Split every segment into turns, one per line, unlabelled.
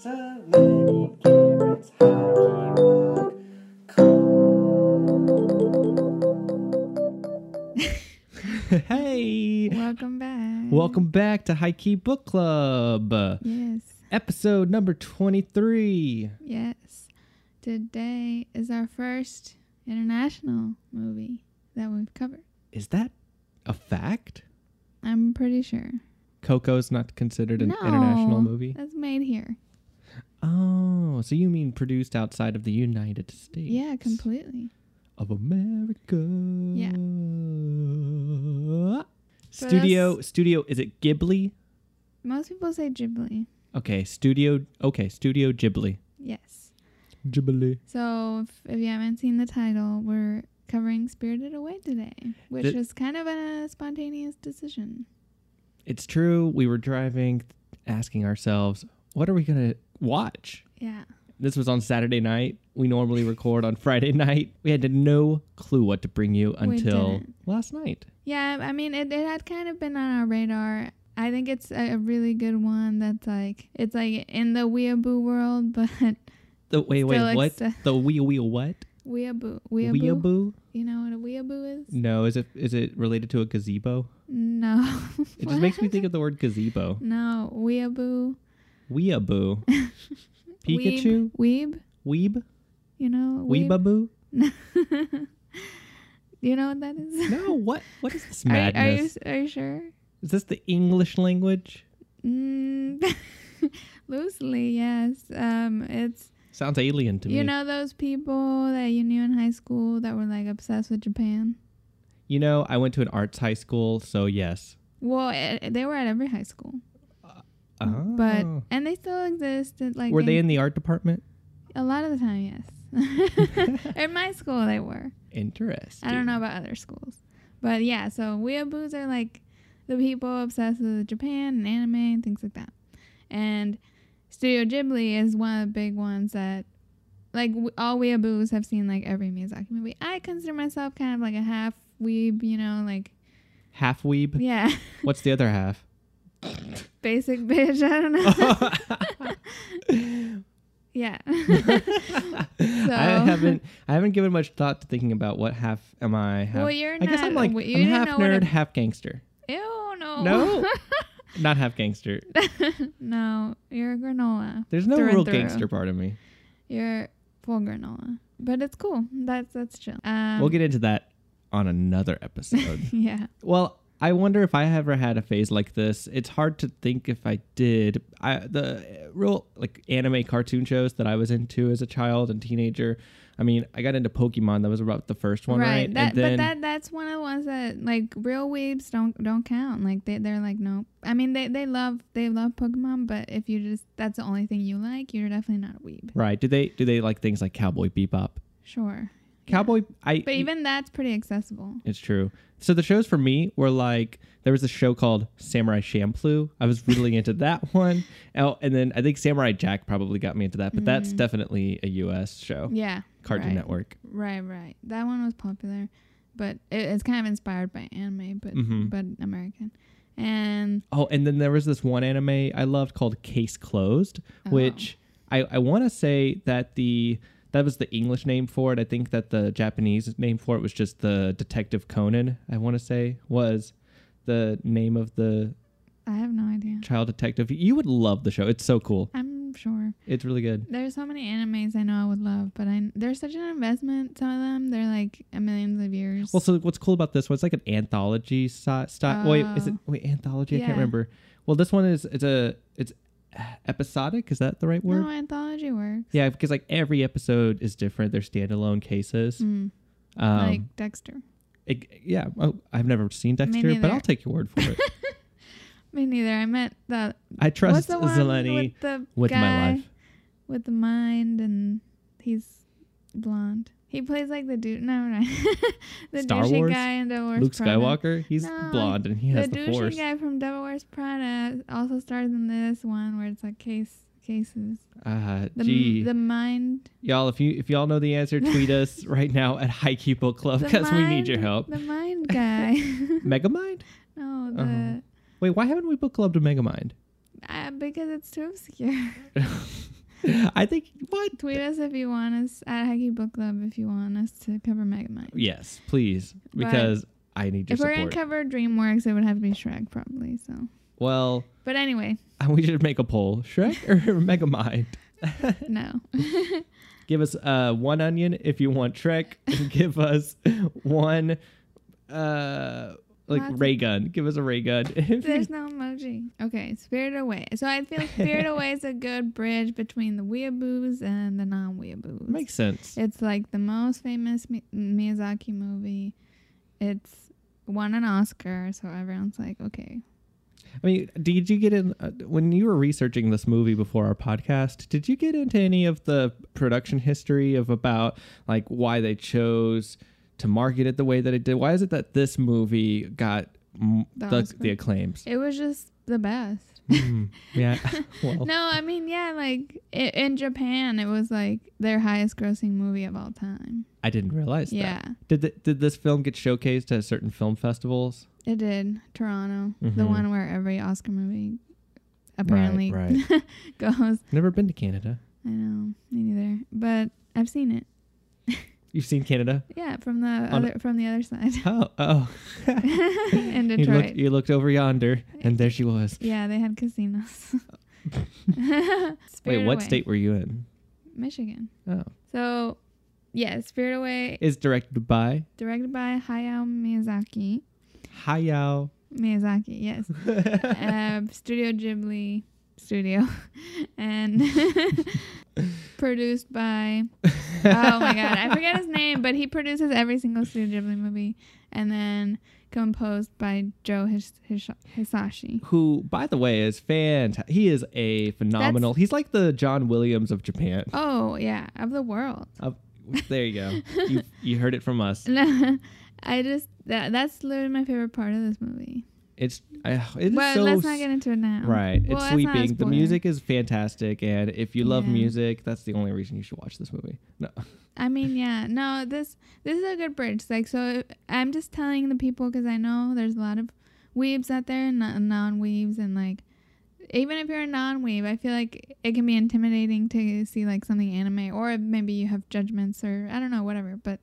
Zeleny Karen's Hockey Rock
hey!
Welcome back.
Welcome back to High Key Book Club, uh,
Yes.
episode number 23.
Yes. Today is our first international movie that we've covered.
Is that a fact?
I'm pretty sure.
Coco's not considered an
No.
international movie.
That's made here.
Oh, so you mean produced outside of the United States?
Yeah, completely.
Of America. Yeah.
So
Studio,
that's-
studio, is it Ghibli?
Most people say Ghibli.
Okay, studio, okay, studio Ghibli.
Yes.
Ghibli.
So if, if you haven't seen the title, we're covering Spirited Away today, which
Th-
was kind of a spontaneous decision.
It's true. We were driving, asking ourselves, what are we going to watch?
Yeah.
This was on Saturday night. We normally record on Friday night. We had no clue what to bring you until
didn't.
last night.
Yeah, I mean, it, it had kind of been on our radar. I think it's a, a really good one that's like, it's like in the weeaboo world, but
The, wait, wait,
Still
what?
exce-
the wee wee what?
weeaboo. Weeaboo?
Weeaboo?
You know what a weeaboo is?
No, is it is it related to a gazebo?
No.
It just makes me think of the word gazebo.
No, weeaboo.
Weeaboo. Pikachu?
Weeb. weeb
Weeb?
you know?
Weebaboo?
you know what that is?
No, what what is this
Are, you- are, you,
madness?
s- are you sure?
Is this the English language?
Mm, loosely, yes. Um, it's
Sounds alien to
you
me.
know those people that you knew in high school that were like obsessed with Japan.
you know, I went to an arts high school, so yes.
Well, eh, they were at every high school,
Oh.
but and they still exist. At, like
were they in the art department?
a lot of the time? Yes, in my school they were.
Interesting.
I don't know about other schools, but yeah. So weeaboos are like the people obsessed with Japan and anime and things like that. And Studio Ghibli is one of the big ones that, like, w- all weeaboos have seen like every Miyazaki movie. I consider myself kind of like a half weeb, you know, like
Half weeb.
yeah,
What's the other half?
basic bitch. I don't know. yeah.
I haven't I haven't given much thought to thinking about what half am I half.
Well, you're
I guess I'm
not-
like
you
I'm
didn't
half
know what Oh.
nerd,
a-
half gangster.
Ew, no.
No. Not half gangster.
no, you're a granola.
There's no
Through and
real
through.
gangster part of me.
You're full granola. But it's cool. That's that's chill. Um,
we'll get into that on another episode.
Yeah.
well, I wonder if I ever had a phase like this. It's hard to think if I did. I the real like anime cartoon shows that I was into as a child and teenager. I mean, I got into Pokemon. That was about the first one, right?
That,
and then
but that that's one of the ones that like real weebs don't don't count. Like they they're like no. I mean they they love they love Pokemon, but if you just that's the only thing you like, you're definitely not a weeb.
right? Do they do they like things like Cowboy Bebop?
Sure.
Cowboy, I.
But even that's pretty accessible.
It's true. So the shows for me were like there was a show called Samurai Champloo. I was really into that one. Oh, and then I think Samurai Jack probably got me into that, but that's definitely a U.S. show,
Mm. Yeah.
Cartoon
right.
Network.
Right, right. That one was popular, but it, it's kind of inspired by anime, but
Mhm.
but American. And
Oh, and then there was this one anime I loved called Case Closed,
Oh.
which I, I want to say that the that was the English name for it. I think that the Japanese name for it was just the Detective Conan. I want to say was the name of the
I have no idea.
child detective. You would love the show. It's so cool.
I'm sure.
It's really good.
There's so many animes I know I would love, but I they're such an investment. Some of them they're like a millions of years.
Well, so what's cool about this one? It's like an anthology style. wait, is it
Oh.
wait anthology? I
Yeah.
can't remember. Well, this one is it's a it's episodic. Is that the right word?
no anthology works.
Yeah, because like every episode is different. They're standalone cases.
Mm,
Um,
like Dexter.
it- yeah. Oh, I've never seen Dexter, but
neither.
I'll take your word for it.
Me neither. I meant the
I
what's
trust
the one
Zeleny
with the
with
guy
my life.
with the mind and he's blonde. He plays like the dude. No, no. the
Star
douchey
Wars?
guy in Devil Wears
Luke
Prada.
Skywalker, he's
No,
blonde and he has
the
the,
douchey
force.
guy from Devil Wears Prada also stars in this one where it's like case cases.
Uh,
The
gee,
the mind.
y'all, if you if y'all know the answer, tweet us right now at Haiku Book Club
the
because we need
mind-
your help.
The mind guy.
Megamind?
no, the
Uh-huh. Wait, why haven't we book clubbed a Megamind?
uh, because it's too obscure.
I think what?
Tweet us if you want us at Haki Book Club if you want us to cover Megamind.
Yes, please, because I need your
if we're
support.
gonna cover DreamWorks, it would have to be Shrek probably. So,
well,
but anyway,
we should make a poll: Shrek or Megamind?
no.
Give us uh, one onion if you want Shrek, and give us one uh, like
Lots of-
ray gun. Give us a ray gun. If you-
There's no emoji. Okay, Spirit Away. So I feel Spirit Away is a good bridge between the weeaboos and the non-weeaboos.
makes sense.
It's like the most famous Mi- Miyazaki movie. It's won an Oscar, so everyone's like, okay.
I mean, did you get in uh, when you were researching this movie before our podcast? Did you get into any of the production history of about like why they chose to market it the way that it did? Why is it that this movie got m-
The
the,
Oscar?
the acclaims?
It was just the best.
Mm, yeah, well,
No, I mean, yeah, like i in Japan, it was like their highest grossing movie of all time.
I didn't realize
yeah,
that. Did the, did this film get showcased at certain film festivals?
it did. Toronto, the
Mhm.
one where every Oscar movie apparently
right.
goes.
Never been to Canada.
I know, me neither. But I've seen it.
You've seen Canada?
Yeah, from the
On-
other from the other side
Oh, oh.
in
you
Detroit.
looked you looked over yonder, and there she was.
Yeah, they had casinos.
Wait,
Spirit
what
Away,
state were you in?
Michigan.
Oh.
So, yeah, Spirit Away,
is directed by
directed by Hayao Miyazaki.
Hayao.
Miyazaki, yes. uh, Studio Ghibli Studio, and produced by. Oh my god, I forget his name, but he produces every single Studio Ghibli movie, and then composed by Joe His- His- Hisashi.
Who, by the way, is fantastic. He is a phenomenal. he's like the John Williams of Japan.
Oh yeah, of the world.
Of- there you go. you, you heard it from us.
No, I just that that's literally my favorite part of this movie.
It's uh, it's
But
so
let's not get into it now.
right.
Well,
it's
that's not a
sweeping. The
spoiler.
music is fantastic, and if you love
Yeah.
music, that's the only reason you should watch this movie. No,
I mean, yeah, no, this this is a good bridge. Like, so I'm just telling the people because I know there's a lot of weebs out there and non weebs, and like, even if you're a non weeb, I feel like it can be intimidating to see like something anime, or maybe you have judgments, or I don't know, whatever. But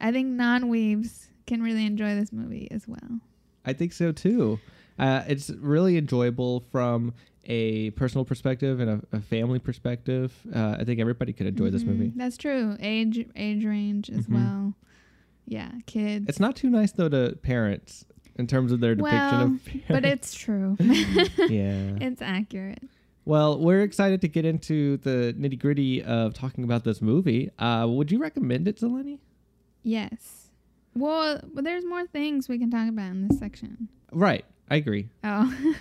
I think non weebs can really enjoy this movie as well.
I think so too. Uh, it's really enjoyable from a personal perspective and a, a family perspective. Uh, I think everybody could enjoy this
Mhm.
movie.
That's true. Age age range as
Mhm.
well. Yeah, kids.
It's not too nice though to parents in terms of their depiction
Well,
of
but
parents.
it's true.
yeah.
it's accurate.
Well, we're excited to get into the nitty gritty of talking about this movie. Uh, would you recommend it, Zeleny?
Yes. Well, well, there's more things we can talk about in this section.
Right, I agree.
Oh,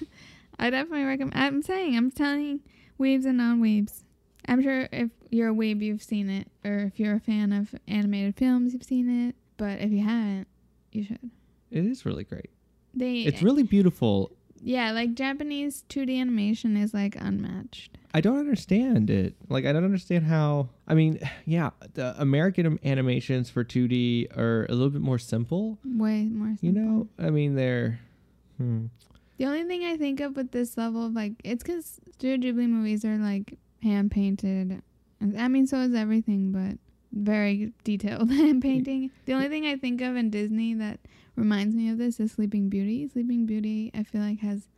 I definitely recommend. I'm saying, I'm telling weebs and non-weebs. I'm sure if you're a weeb, you've seen it, or if you're a fan of animated films, you've seen it. But if you haven't, you should.
It is really great.
They,
It's really beautiful.
yeah, like Japanese 2D animation is like unmatched.
I don't understand it. Like I don't understand how. I mean, yeah, the American am- animations for 2D are a little bit more simple.
Way more. Simple.
You know, I mean, they're. Hmm.
The only thing I think of with this level of like, it's because Studio Ghibli movies are like hand painted. And I mean, so is everything, but very detailed hand painting. The only thing I think of in Disney that reminds me of this is Sleeping Beauty. Sleeping Beauty, I feel like, has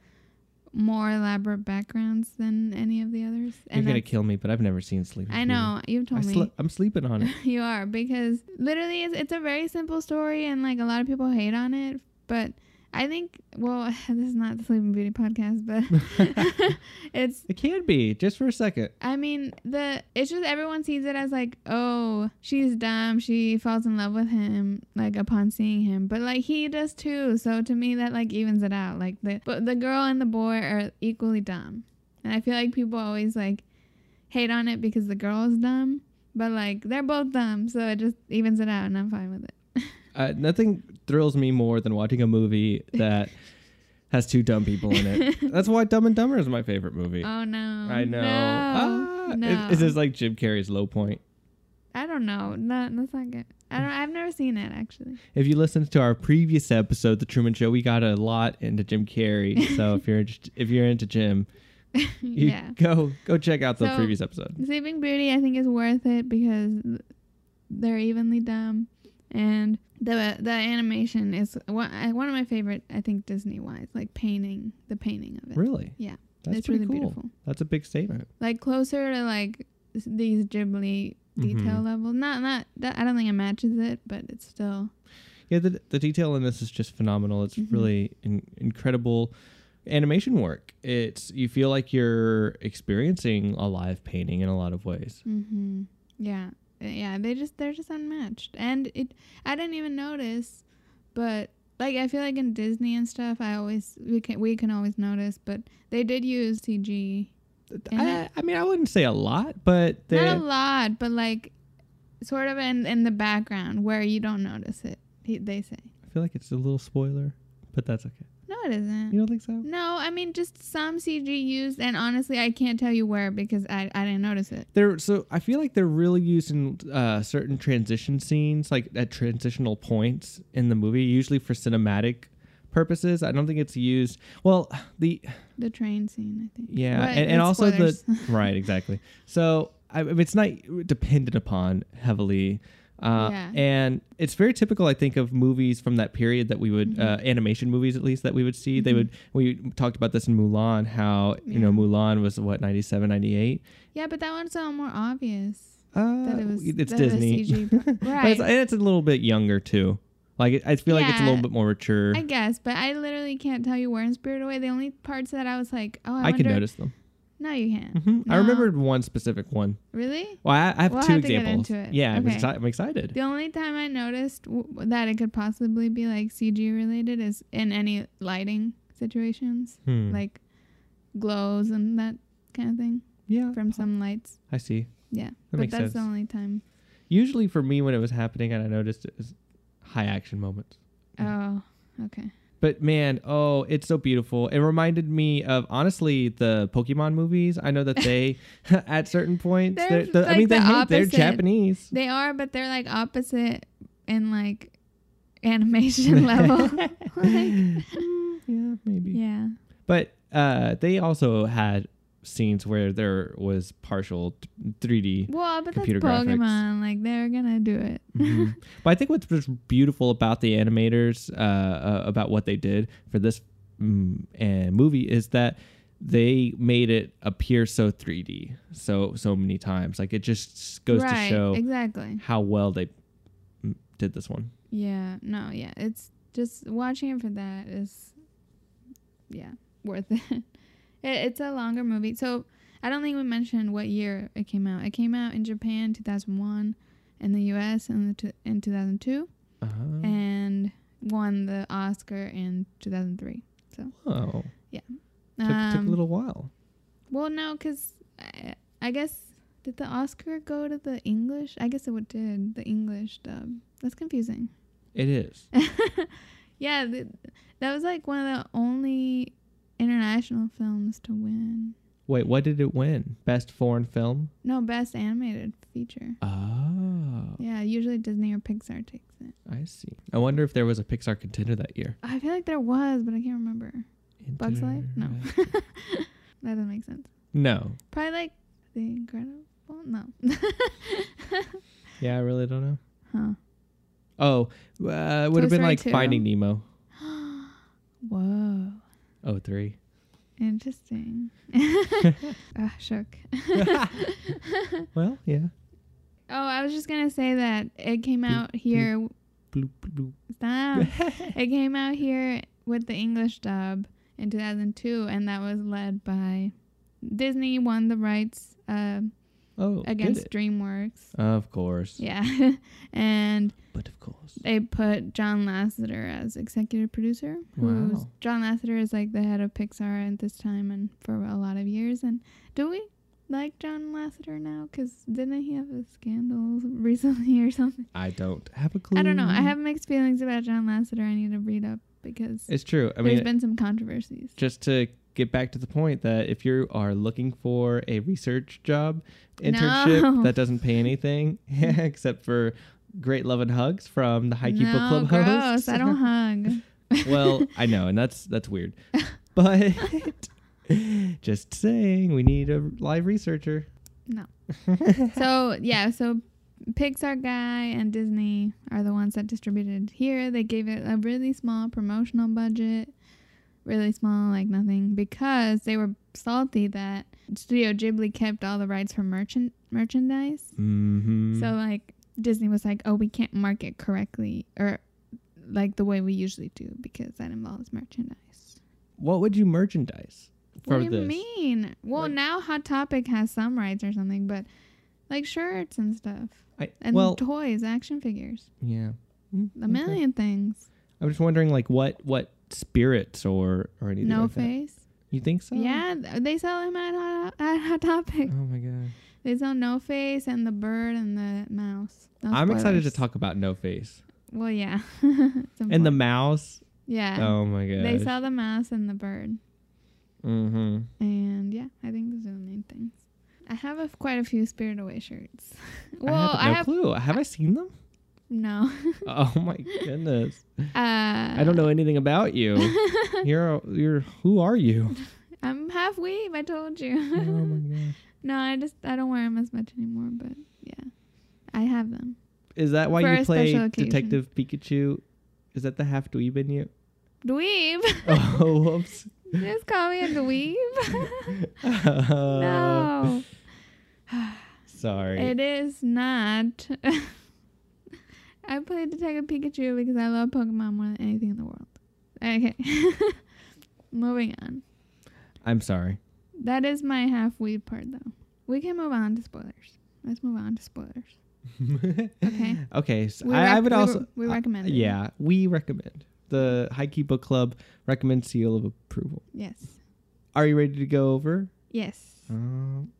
more elaborate backgrounds than any of the others.
You're gonna
that's-
kill me, but I've never seen Sleeping
I
Beauty.
know, you've
I
told me.
sle- I'm sleeping on it.
you are because literally it's, it's a very simple story and like a lot of people hate on it but i think well this is not the sleeping beauty podcast but it's
It can be just for a second.
i mean the it's just everyone sees it as like oh she's dumb she falls in love with him like upon seeing him but like he does too so to me that like evens it out like the but the girl and the boy are equally dumb and i feel like people always like hate on it because the girl is dumb But like they're both dumb, so it just evens it out, and I'm fine with it.
Uh, nothing thrills me more than watching a movie that has two dumb people in it. That's why Dumb and Dumber is my favorite movie.
Oh no!
I know.
No,
Ah, it-
no.
this is like Jim Carrey's low point.
I don't know. No, that's not good. I don't. I've never seen it actually.
If you listened to our previous episode, The Truman Show, we got a lot into Jim Carrey. So if you're inter- if you're into Jim, you
yeah.
go go check out the
So-
previous episode.
Sleeping Beauty, I think, is worth it because they're evenly dumb, and the the animation is one I- one of my favorite. I think Disney wise, like painting the painting of it.
Really?
Yeah.
That's
it's
pretty
really
cool.
beautiful.
That's a big statement.
Like closer to like s- these Ghibli detail
Mhm.
level. Not not. That, I don't think it matches it, but it's still
Yeah, the, the detail in this is just phenomenal. It's
Mhm.
really in, incredible animation work. It's you feel like you're experiencing a live painting in a lot of ways.
Mm-hmm. Yeah, Uh, yeah. They just they're just unmatched, and it. I didn't even notice, but like I feel like in Disney and stuff, I always we can we can always notice, but they did use CG.
I, I mean, I wouldn't say a lot, but they
Not a lot, but like sort of in in the background where you don't notice it. He, they say
I feel like it's a little spoiler, but that's okay.
no, it isn't.
You don't think so?
No, I mean just some CG used, and honestly, I can't tell you where because I I didn't notice it.
They're so I feel like they're really using uh, certain transition scenes, like at transitional points in the movie, usually for cinematic purposes. I don't think it's used. Well, the
The train scene, I think.
Yeah,
But
and, and
that's
also
spoilers.
the right exactly. So I, it's not dependent upon heavily, uh,
Yeah.
and it's very typical, I think, of movies from that period that we would
Mm-hmm.
uh, animation movies at least that we would see. They would we talked about this in Mulan, how you know
Yeah.
Mulan was what 97, 98?
yeah, but that one's all more obvious.
Uh,
that it was
it's
that it was
Disney,
CG.
But it's,
right?
and it's a little bit younger too. Like it- I feel like it's a little
Yeah.
bit more mature.
I guess, but I literally can't tell you where in Spirit Away. The only parts that I was like, oh, I,
I,
wonder.
can notice them.
No, you can't.
hmm I
No.
remembered one specific one.
Really?
Well, I, I have
We'll
two
have to get
examples.
into it.
Yeah, I'm,
Okay.
exci- I'm excited.
The only time I noticed w- that it could possibly be like CG related is in any lighting situations,
Hmm.
like glows and that kind of thing
yeah,
from some lights.
I see.
Yeah, but
makes
that's the
sense.
only time.
Usually for me, when it was happening, and I noticed it was high action moments.
Oh, okay.
But man, oh, it's so beautiful. It reminded me of honestly the Pokemon movies. I know that they, at certain points,
They're
they're, the, I
like
mean, they
the
hate, they're
opposite.
Japanese.
They are, but they're like opposite in like animation level. like,
Mm, yeah, maybe.
yeah.
But uh, they also had scenes where there was partial t- 3D
Well, but that's
computer graphics.
Pokemon. Like they're gonna do it.
Mhm.
Mm-hmm.
but I think what's just beautiful about the animators, uh, uh, about what they did for this mm, and movie, is that they made it appear so 3D so so many times. Like it just goes to
right.
show
Exactly.
how well they mm, did this one.
Yeah. No. Yeah. It's just watching it for that is, yeah, worth it. it. It's a longer movie, so I don't think we mentioned what year it came out. It came out in Japan, two thousand one, in the U.S. in the t- in two thousand two,
Uh-huh.
and won the Oscar in two thousand three.
Oh, took, took
Um,
a little while.
Well, no, because I, I guess did the Oscar go to the English? I guess it would did the English dub. That's confusing.
It is.
yeah, th- that was like one of the only international films to win.
Wait, what did it win? Best foreign film?
No, best animated feature.
Oh,
Yeah, usually Disney or Pixar takes it.
I see. I wonder if there was a Pixar contender that year.
I feel like there was, but I can't remember. Bugs Life? No. that doesn't make sense.
No.
Probably like The Incredible? No.
Yeah, I really don't know.
huh.
Oh, uh, it would have been
Story
like
two.
Finding Nemo.
Whoa.
Oh, three.
Interesting. Ah, shook.
Well, yeah.
Oh, I was just gonna say that it came out here.
Bloop, bloop.
Stop. it came out here with the English dub in 2002, and that was led by Disney. Won the rights uh,
Oh, against.
against DreamWorks.
Of course.
Yeah, and
But of course.
they put John Lasseter as executive producer. Who's
Wow.
John Lasseter is like the head of Pixar at this time and for a lot of years. And do we like John Lasseter now? Because didn't he have a scandal recently or something?
I don't have a clue.
I don't know. I have mixed feelings about John Lasseter. I need to read up because
It's true. I mean,
there's been some controversies.
just to get back to the point that if you are looking for a research job internship
No.
that doesn't pay anything except for great love and hugs from the Haiku
no,
Book Club
gross.
hosts.
I don't hug.
well, I know, and that's that's weird. But just saying, we need a live researcher.
No. so yeah, so Pixar guy and Disney are the ones that distributed here. They gave it a really small promotional budget, really small, like nothing, because they were salty that Studio Ghibli kept all the rights for merchant merchandise.
Mm-hmm.
So like Disney was like, oh, we can't market correctly or like the way we usually do because that involves merchandise.
what would you merchandise for
what do you
this?
mean? Well,
Like-
now Hot Topic has some rights or something, but like shirts and stuff
I,
and
well,
toys, action figures,
yeah, Mm,
a
okay.
million things.
I'm just wondering, like, what what spirits or or anything
No
like that. Oh.
face.
You think so?
Yeah, th- they sell him at Hot, at Hot Topic.
Oh my god.
They sell No Face and the bird and the mouse. No
I'm excited to
spoilers.
talk about No Face
Well, yeah. It's
and the
important.
mouse.
yeah.
oh my god.
They sell the mouse and the bird,
Mm-hmm.
and yeah, I think those are the main things. I have a, quite a few Spirit Away shirts. well,
I have no
I have
clue. Have I seen them?
no.
oh my goodness.
Uh,
I don't know anything about you. you're you're who are you?
I'm half weeb. I told
Oh
you.
my gosh.
no, I just I don't wear them as much anymore. But yeah, I have them.
Is that why
For
you
a
play
special occasion.
Detective Pikachu? Is that the half dweeb in you?
Dweeb.
Oh, whoops.
just call me a dweeb.
Uh,
no,
Sorry.
it is not. I play Detective Pikachu because I love Pokemon more than anything in the world. Okay, moving on.
I'm sorry.
That is my half weed part, though. We can move on to spoilers. Let's move on to spoilers. Okay.
Okay. So
We
I, I
rec-
would
we
also. uh,
re- we recommend it.
Yeah, we recommend the Haiku Book Club recommends seal of approval.
Yes.
Are you ready to go over?
Yes.
Um,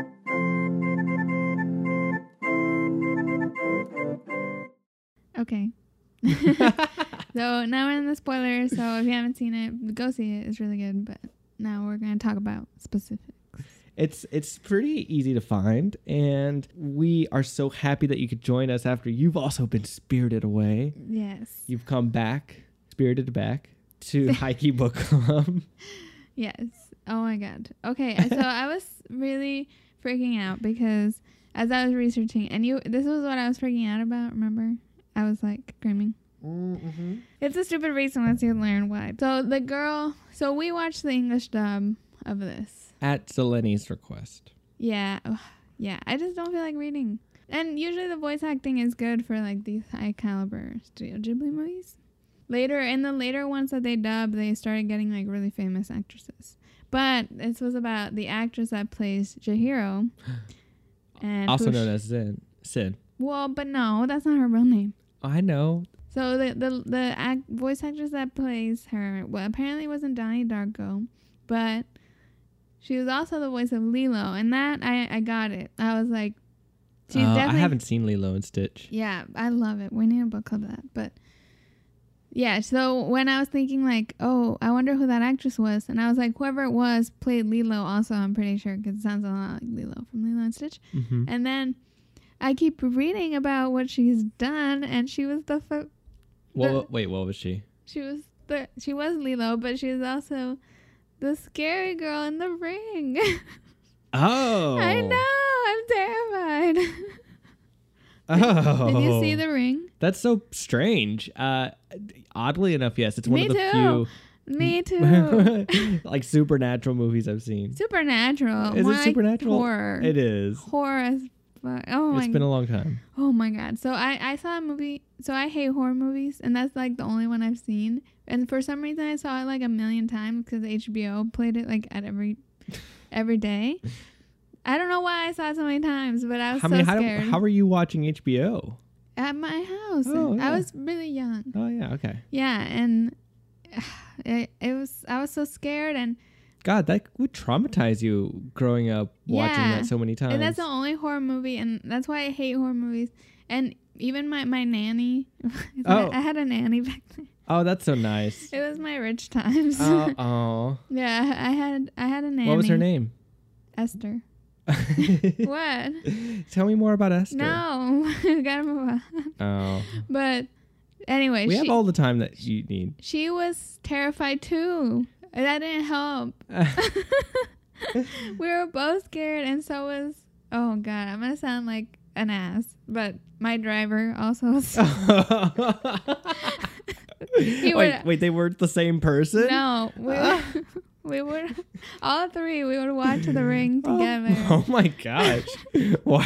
Okay. so now we're in the spoilers. So if you haven't seen it, go see it. It's really good. But now we're going to talk about specific.
It's it's pretty easy to find, and we are so happy that you could join us after you've also been spirited away.
Yes.
You've come back, spirited back to Haiku Book Club.
Yes. Oh my god. Okay. So I was really freaking out because as I was researching, and you, this was what I was freaking out about. Remember, I was like screaming. Mm, It's a stupid reason once you learn why. So the girl. So we watched the English dub of this.
At Zeleni's request,
Yeah. ugh, Yeah. I just don't feel like reading. And usually the voice acting is good for like these high caliber Studio Ghibli movies. Later, in the later ones that they dubbed, they started getting like really famous actresses. But this was about the actress that plays Jihiro. And
also
who
known
sh-
as Zen Sid.
Well, but no, that's not her real name.
I know.
So the the, the act, voice actress that plays her, well, apparently wasn't Donnie Darko, but she was also the voice of Lilo, and that I I got it. I was like, she's
Uh, I
definitely.
haven't seen Lilo and Stitch.
Yeah, I love it. We need a book club of that, but. Yeah, so when I was thinking like, oh, I wonder who that actress was, and I was like, whoever it was played Lilo. Also, I'm pretty sure because it sounds a lot like Lilo from Lilo and Stitch.
hmm
And then I keep reading about what she's done, and she was the fo-
Well, wait, what was she?
she was the she was Lilo, but she was also the scary girl in the ring.
Oh,
I know, I'm terrified.
Oh,
Did you see the ring?
That's so strange. Uh, oddly enough, yes, it's one
Me
of the
too. Me too.
few like supernatural movies I've seen.
supernatural.
Is it
More like
supernatural?
Horror.
It is.
Horror as fuck. Oh
it's
my.
been a long time.
oh my god. So I I saw a movie. So I hate horror movies, and that's like the only one I've seen. And for some reason, I saw it like a million times because HBO played it like at every every day. I don't know why I saw it so many times, but I was
How
so
many? How,
scared.
how are you watching HBO?
at my house.
Oh, yeah.
I was really young.
Oh yeah, okay.
Yeah, and it, it was I was so scared and
God, that would traumatize you growing up watching
Yeah.
that so many times.
And that's the only horror movie, and that's why I hate horror movies. And even my my nanny,
Oh.
I had a nanny back then.
oh, that's so nice.
It was my rich times.
oh, oh.
yeah, I had I had a nanny.
what was her name?
Esther. What?
Tell me more about Esther.
no, gotta move on.
Oh,
But anyway,
we
she,
have all the time that you need.
she was terrified too. That didn't help. we were both scared, and so was. Oh God, I'm gonna sound like an ass, but my driver also was
Oh. wait,
would-
wait, they weren't the same person?
No, we
Ah.
would, we would all three we would watch The Ring
Oh,
together.
Oh, my gosh. wow.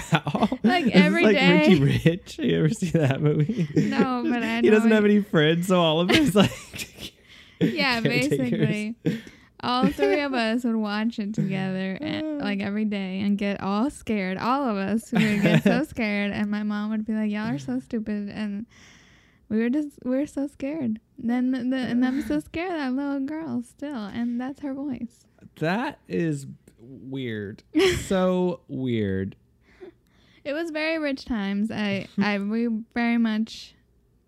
Like
This is
every
like
day.
Richie Rich. You ever see that movie?
No, but I
He doesn't
know
have
it.
any friends, so all of it is like.
Yeah,
caretakers.
basically. All three of us would watch it together, and, like every day, and get all scared. All of us we would get so scared, and my mom would be like, "Y'all are so stupid," and we were just we were so scared. Then the, the and I'm so scared of that little girl still, and that's her voice.
That is weird. So weird.
It was very rich times. I I we very much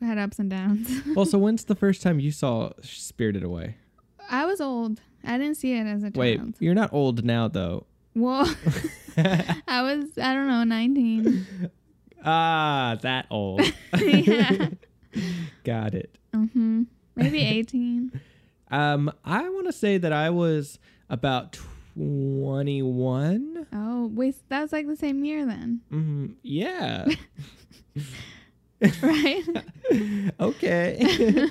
had ups and downs.
Well, so when's the first time you saw Spirited Away?
I was old. I didn't see it as a
Wait,
child.
you're not old now, though.
Well, I was, I don't know, 19.
ah, that old.
yeah.
Got it.
hmm Maybe 18.
Um, I want to say that I was about 21.
Oh, wait, that was like the same year then,
Mm, yeah.
right?
okay.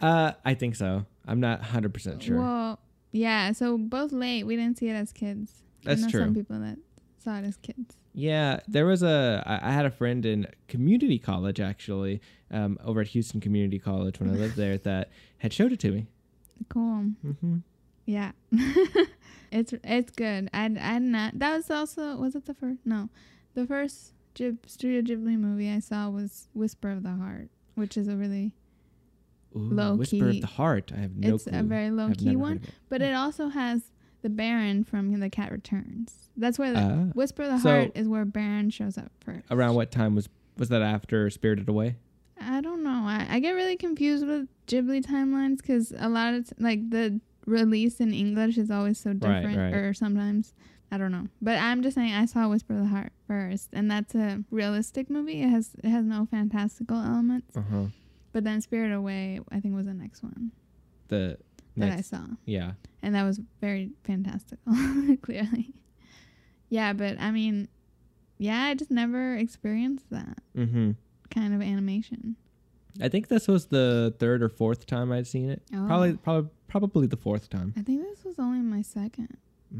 uh, I think so. I'm not 100% sure.
Well, yeah, so both late. We didn't see it as kids.
That's
I know
true.
some people that saw it as kids.
Yeah, there was a. I I had a friend in community college actually, um, over at Houston Community College when I lived there that had showed it to me.
Cool.
Mm-hmm.
Yeah. it's it's good. I I not that was also was it the first no, the first Ghib, Studio Ghibli movie I saw was Whisper of the Heart, which is a really Low
Whisper
key.
of the Heart. I have no
it's
clue.
a very low
I've
key
never
one,
heard of it.
but it also has the Baron from The Cat Returns. That's where the
Ah.
Whisper of the
So-
Heart is where Baron shows up first.
Around what time was was that after Spirited Away?
I don't know. I, I get really confused with Ghibli timelines because a lot of t- like the release in English is always so different,
right.
or sometimes I don't know. But I'm just saying, I saw Whisper of the Heart first, and that's a realistic movie. It has it has no fantastical elements.
Uh huh.
But then Spirit Away, I think, was the next one
The
that I
next.
saw,
Yeah.
and that was very fantastical, clearly. Yeah, but I mean, yeah, I just never experienced that
Mm-hmm.
kind of animation.
I think this was the third or fourth time I'd seen it.
Oh.
Probably, probably, probably the fourth time.
I think this was only my second.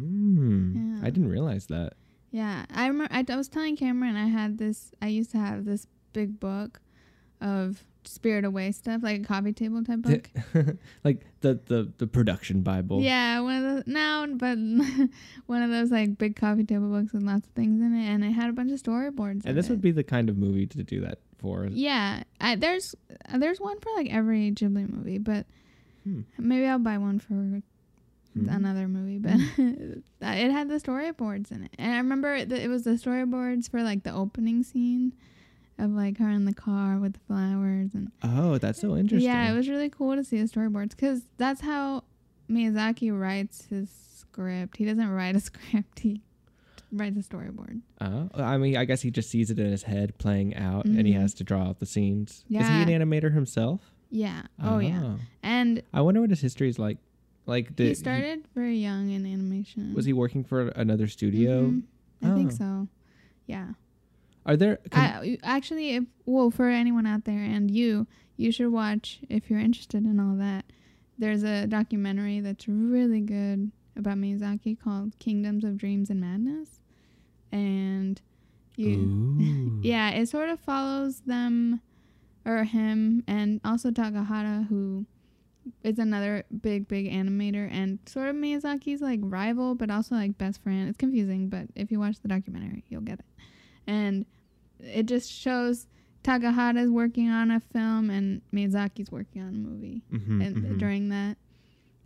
Mm. I
Yeah.
didn't realize that.
Yeah, I remember. I, I was telling Cameron I had this. I used to have this big book of Spirit Away stuff, like a coffee table type book.
like the the the production Bible.
Yeah, one of those. No, but one of those like big coffee table books with lots of things in it, and it had a bunch of storyboards.
And this would be the kind of movie to do that for.
Yeah, I, there's there's one for like every Ghibli movie, but
Hmm.
maybe I'll buy one for
Hmm.
another movie. But
Mm-hmm.
it had the storyboards in it, and I remember that it was the storyboards for like the opening scene of like her in the car with the flowers, and
Oh, that's so interesting.
yeah, it was really cool to see the storyboards because that's how Miyazaki writes his script. He doesn't write a script; he writes a storyboard.
Uh, I mean, I guess he just sees it in his head playing out, and he
Mhm.
has to draw out the scenes. Is
Yeah.
he an animator himself?
Yeah. Oh yeah.
Ah.
And
I wonder what his history is like. Like, did
he started very young in animation.
was he working for another studio?
Mhm. I think
Oh.
so. Yeah.
Are there? can-
I, actually, if well, for anyone out there and you, you should watch if you're interested in all that. There's a documentary that's really good about Miyazaki called "Kingdoms of Dreams and Madness," and you,
Ooh.
yeah, it sort of follows them or him and also Takahata who is another big big animator and sort of Miyazaki's like rival but also like best friend. It's confusing, but if you watch the documentary, you'll get it. And it just shows Takahata's working on a film and Miyazaki's working on a movie
Mm-hmm,
and uh, during that.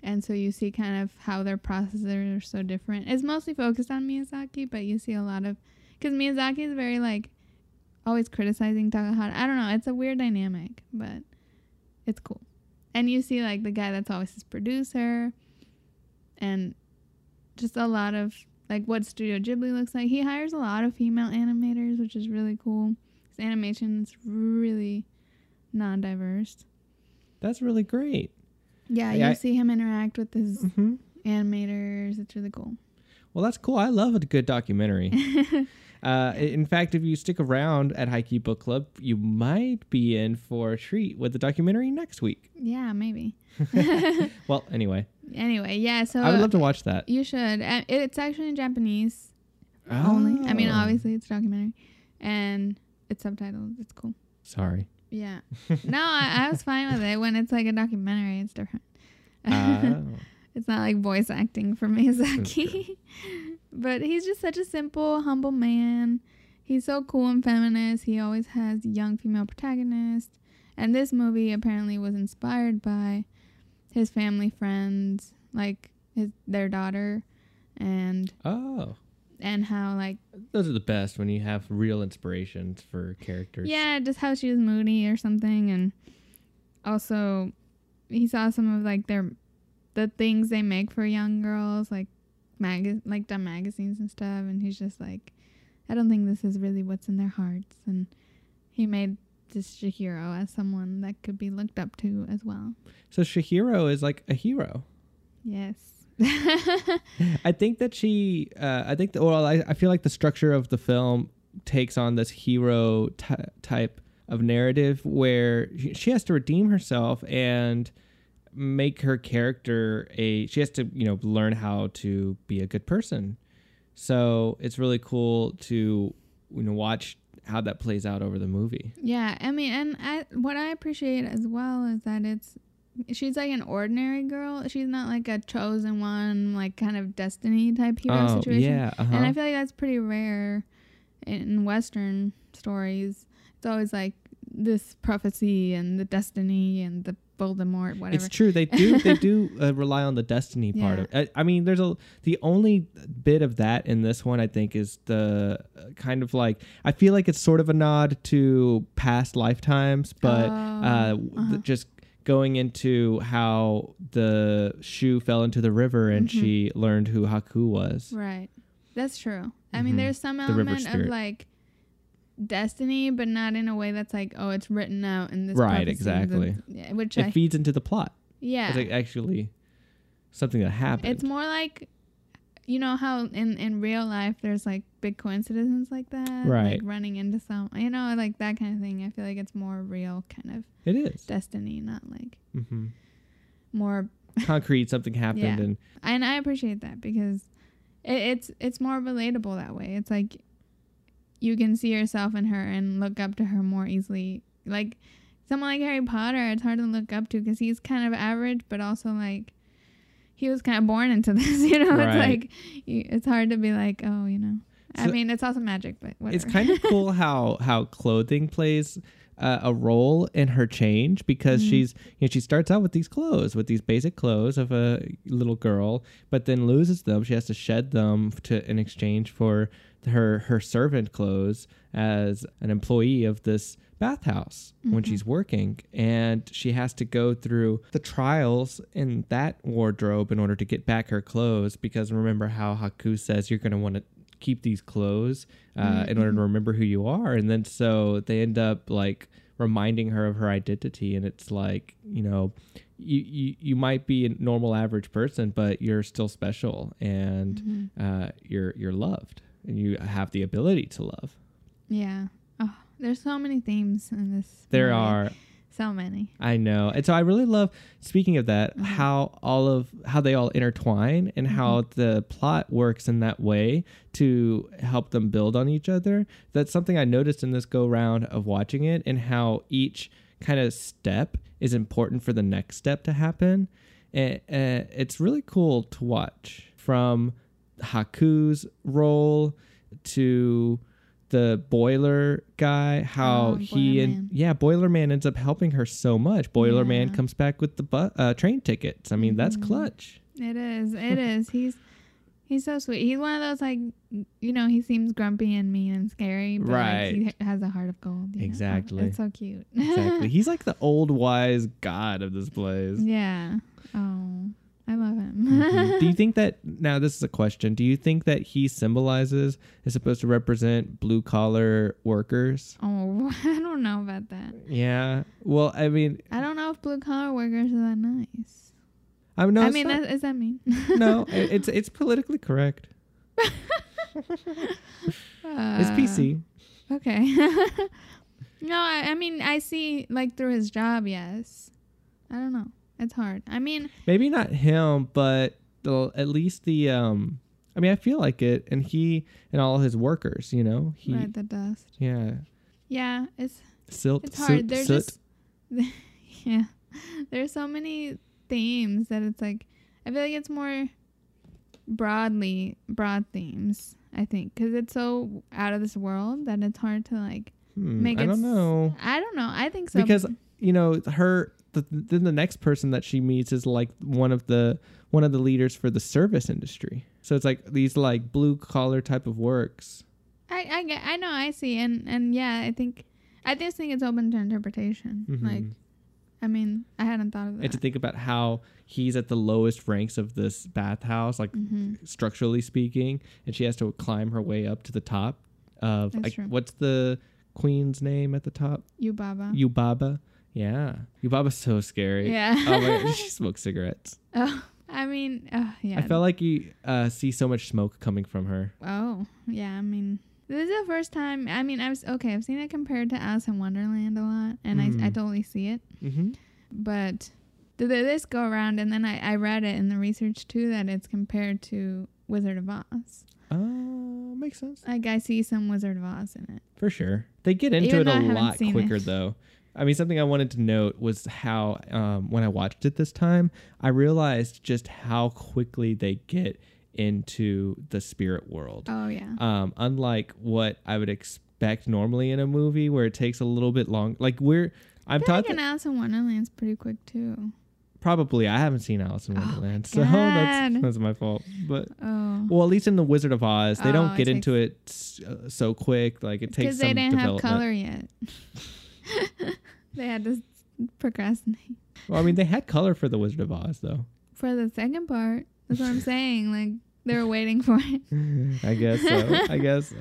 And so you see kind of how their processes are so different. It's mostly focused on Miyazaki, but you see a lot of because Miyazaki is very like always criticizing Takahata. I don't know. It's a weird dynamic, but it's cool. And you see like the guy that's always his producer, and just a lot of like what Studio Ghibli looks like. He hires a lot of female animators, which is really cool. His animation is really non-diverse.
That's really great.
Yeah,
Hey,
you
I-
see him interact with his
Mm-hmm.
animators. It's really cool.
Well, that's cool. I love a good documentary. uh, In fact, if you stick around at Haiku Book Club, you might be in for a treat with the documentary next week.
Yeah, maybe.
Well, anyway,
anyway, yeah. So
I would love to watch that.
you should. Uh, It's actually in Japanese only. I mean,
Oh.
obviously it's a documentary, and it's subtitled. It's cool.
Sorry.
Yeah. No, I, I was fine with it. When it's like a documentary, it's different.
Uh,
it's not like voice acting for Miyazaki. but he's just such a simple, humble man. He's so cool and feminist. He always has young female protagonists. And this movie apparently was inspired by his family friends, like his their daughter and
oh,
and how like
those are the best when you have real inspirations for characters.
yeah, just how she was moody or something and also he saw some of like their the things they make for young girls like mag like dumb magazines and stuff and he's just like I don't think this is really what's in their hearts and he made this Shihiro as someone that could be looked up to as well.
So Shihiro is like a hero.
Yes.
I think that she, uh, I think, that, well, I, I feel like the structure of the film takes on this hero ty type of narrative where she, she has to redeem herself and make her character a, she has to, you know, learn how to be a good person. So it's really cool to, you know, watch how that plays out over the movie.
Yeah, I mean, and I what I appreciate as well is that it's she's like an ordinary girl. She's not like a chosen one, like kind of destiny type hero
oh,
situation.
yeah. Uh-huh.
And I feel like that's pretty rare in Western stories. It's always like this prophecy and the destiny and the Voldemort, whatever.
It's true. They do. They do uh, rely on the destiny part
Yeah.
of. I, I mean, there's a the only bit of that in this one. I think is the uh, kind of like I feel like it's sort of a nod to past lifetimes, but uh,
Oh,
w- th- just going into how the shoe fell into the river and
Mm-hmm.
she learned who Haku was.
Right. That's true. I mean,
Mhm.
there's some
river
element of
spirit.
like destiny, but not in a way that's like, oh, it's written out in this.
Right,
prophecy and the-
exactly.
yeah, which I
It feeds into the plot.
yeah,
It's like actually something that happened.
it's more like you know how in in real life there's like big coincidences like that,
Right.
Like running into some, you know, like that kind of thing. I feel like it's more real kind of
it is.
destiny, not like
hmm
more
Concrete. Something happened,
Yeah.
and
and I appreciate that because it, it's it's more relatable that way. It's like you can see yourself in her and look up to her more easily. Like someone like Harry Potter, it's hard to look up to because he's kind of average, but also like he was kind of born into this. You know, it's
Right.
like you, it's hard to be like, oh, you know. I
So-
mean, it's also magic, but whatever.
It's kind of cool how how clothing plays uh, a role in her change because she's you know she starts out with these clothes with these basic clothes of a little girl, but then loses them. She has to shed them to in exchange for her her servant clothes as an employee of this bathhouse when she's working and she has to go through the trials in that wardrobe in order to get back her clothes because remember how Haku says you're going to want to keep these clothes uh, in order to remember who you are and then so they end up like reminding her of her identity and it's like you know you you, you might be a normal average person but you're still special and
Mm-hmm.
uh, you're you're loved and you have the ability to love
yeah. Oh, there's so many themes in this.
there
movie.
are
so many.
I know. And so I really love speaking of
Mm-hmm.
that, how all of how they all intertwine and how
Mm-hmm.
the plot works in that way to help them build on each other. That's something I noticed in this go round of watching it and how each kind of step is important for the next step to happen. And, and it's really cool to watch from Haku's role to the boiler guy how
Oh,
he
Boiler
and
Man.
yeah boiler man ends up helping her so much boiler man
Yeah. Mm-hmm.
comes back with the bu- uh, train tickets i mean that's clutch
It is. It is. He's he's so sweet. He's one of those like you know he seems grumpy and mean and scary, but like,
Right.
he has a heart of gold. you know? Oh,
Exactly.
it's so cute.
exactly he's like the old wise god of this place
yeah. Oh, I love him.
Mhm. do you think that now this is a question do you think that he symbolizes is supposed to represent blue collar workers
oh, I don't know about that.
yeah well i mean
I don't know if blue collar workers are that nice.
i'm no
I
it's
mean,
not-
that, is that mean?
no i- it's it's politically correct it's
Uh,
pc
Okay. no, I, I mean, I see like through his job, yes. I don't know. It's hard. I mean,
maybe not him but the at least the um i mean i feel like it and he and all his workers you know he
right, the dust.
yeah
Yeah, it's
silt
it's
soot,
hard. There's
soot.
just yeah. There's so many themes that it's like I feel like it's more broadly broad themes. I think because it's so out of this world that it's hard to like.
Hmm,
make
i
it
don't
s-
know
I don't know. I think so
because you know her the, then the next person that she meets is like one of the one of the leaders for the service industry so it's like these like blue collar type of works
I, I get- I know I see and and yeah I think I just think it's open to interpretation
Mhm.
like I mean I hadn't thought of that
and to think about how he's at the lowest ranks of this bathhouse like
Mhm.
structurally speaking and she has to climb her way up to the top of
That's
like,
true.
what's the queen's name at the top
you Baba
yubaba yeah yubaba's so scary
Uh-huh. yeah
oh my god she smokes cigarettes
oh I mean oh yeah
i felt like you uh, see so much smoke coming from her
oh yeah I mean this is the first time I mean I was okay I've seen it compared to Alice in Wonderland a lot and I I
Mhm.
totally see it
mm-hmm.
but did this go around and then I I read it in the research too that it's compared to Wizard of Oz
Uh, makes sense
like I see some Wizard of Oz in it
for sure. They get into
Even
it
though I
a
haven't
lot
seen
quicker,
it.
though. I mean, something I wanted to note was how um, when I watched it this time, I realized just how quickly they get into the spirit world.
oh yeah
Um, unlike what I would expect normally in a movie, where it takes a little bit long. Like we're, I'm
I think
talking
an Alice in Wonderland's pretty quick too.
probably I haven't seen Alice in
Oh my
Wonderland, so that's
God.
that's my fault. But
Oh,
well, at least in the Wizard of Oz, they
Oh,
don't
it
get into it s- uh, so quick. Like it takes
because
some
they didn't have
development.
color yet. they had to s- procrastinate
Well, I mean, they had color for the Wizard of Oz, though.
for the second part. That's what I'm saying. Like they were waiting for it.
I guess so. I guess so.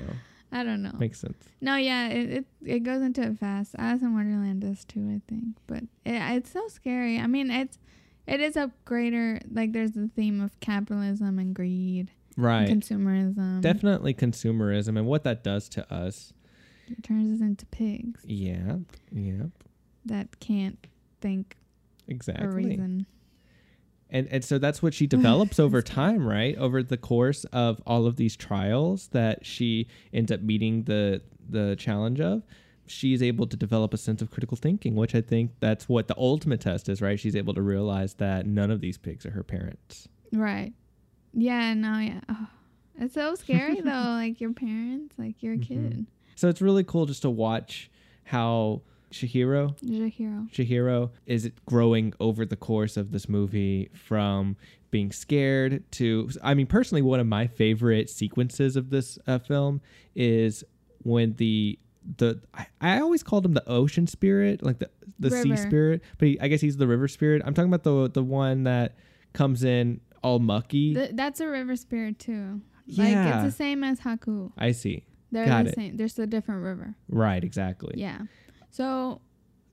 I don't know.
Makes sense.
No, yeah, it, it it goes into it fast. Alice in Wonderland does too, I think. But it, it's so scary. I mean, it's it is a greater like there's the theme of capitalism and greed,
Right.
and consumerism.
Definitely consumerism and what that does to us.
It turns us into pigs
Yeah. Yeah.
that can't think or
Exactly.
reason.
And and so that's what she develops over time, right? Over the course of all of these trials that she ends up meeting the the challenge of, she's able to develop a sense of critical thinking, which I think that's what the ultimate test is, right? She's able to realize that none of these pigs are her parents.
Right. Yeah, no, yeah. Oh, it's so scary though, like your parents, like your
Mhm.
kid.
So it's really cool just to watch how Shihiro
You're a hero.
Shihiro is it growing over the course of this movie from being scared to I mean personally one of my favorite sequences of this uh, film is when the the I, I always called him the ocean spirit like the the sea
River.
spirit but he, I guess he's the river spirit I'm talking about the the one that comes in all mucky
Th- that's a river spirit too. Like
Yeah.
it's the same as Haku.
I see
They're
Got
the
it.
same. There's a different river.
right exactly
Yeah. So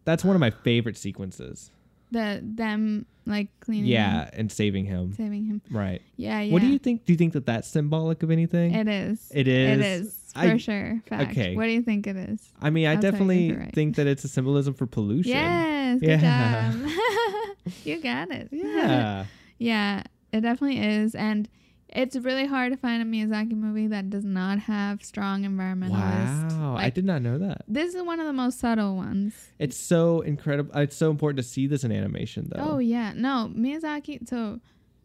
that's one of my favorite sequences
the them like cleaning him,
yeah and saving him
saving him.
right
Mm-hmm. Yeah, yeah.
what do you think do you think that that's symbolic of anything
It is.
It is.
It is for
I-
sure. Fact.
okay.
What do you think it is?
I mean, I
I'll tell you if
definitely
you're right.
think that it's a symbolism for pollution.
Yes. Good
Yeah.
job. you got it.
Yeah.
Yeah, it definitely is. And it's really hard to find a Miyazaki movie that does not have strong environmentalist.
wow. I
like-
did not know that.
This is one of the most subtle ones.
It's so incredible. It's so important to see this in animation,
Oh,
though.
yeah. No, Miyazaki. So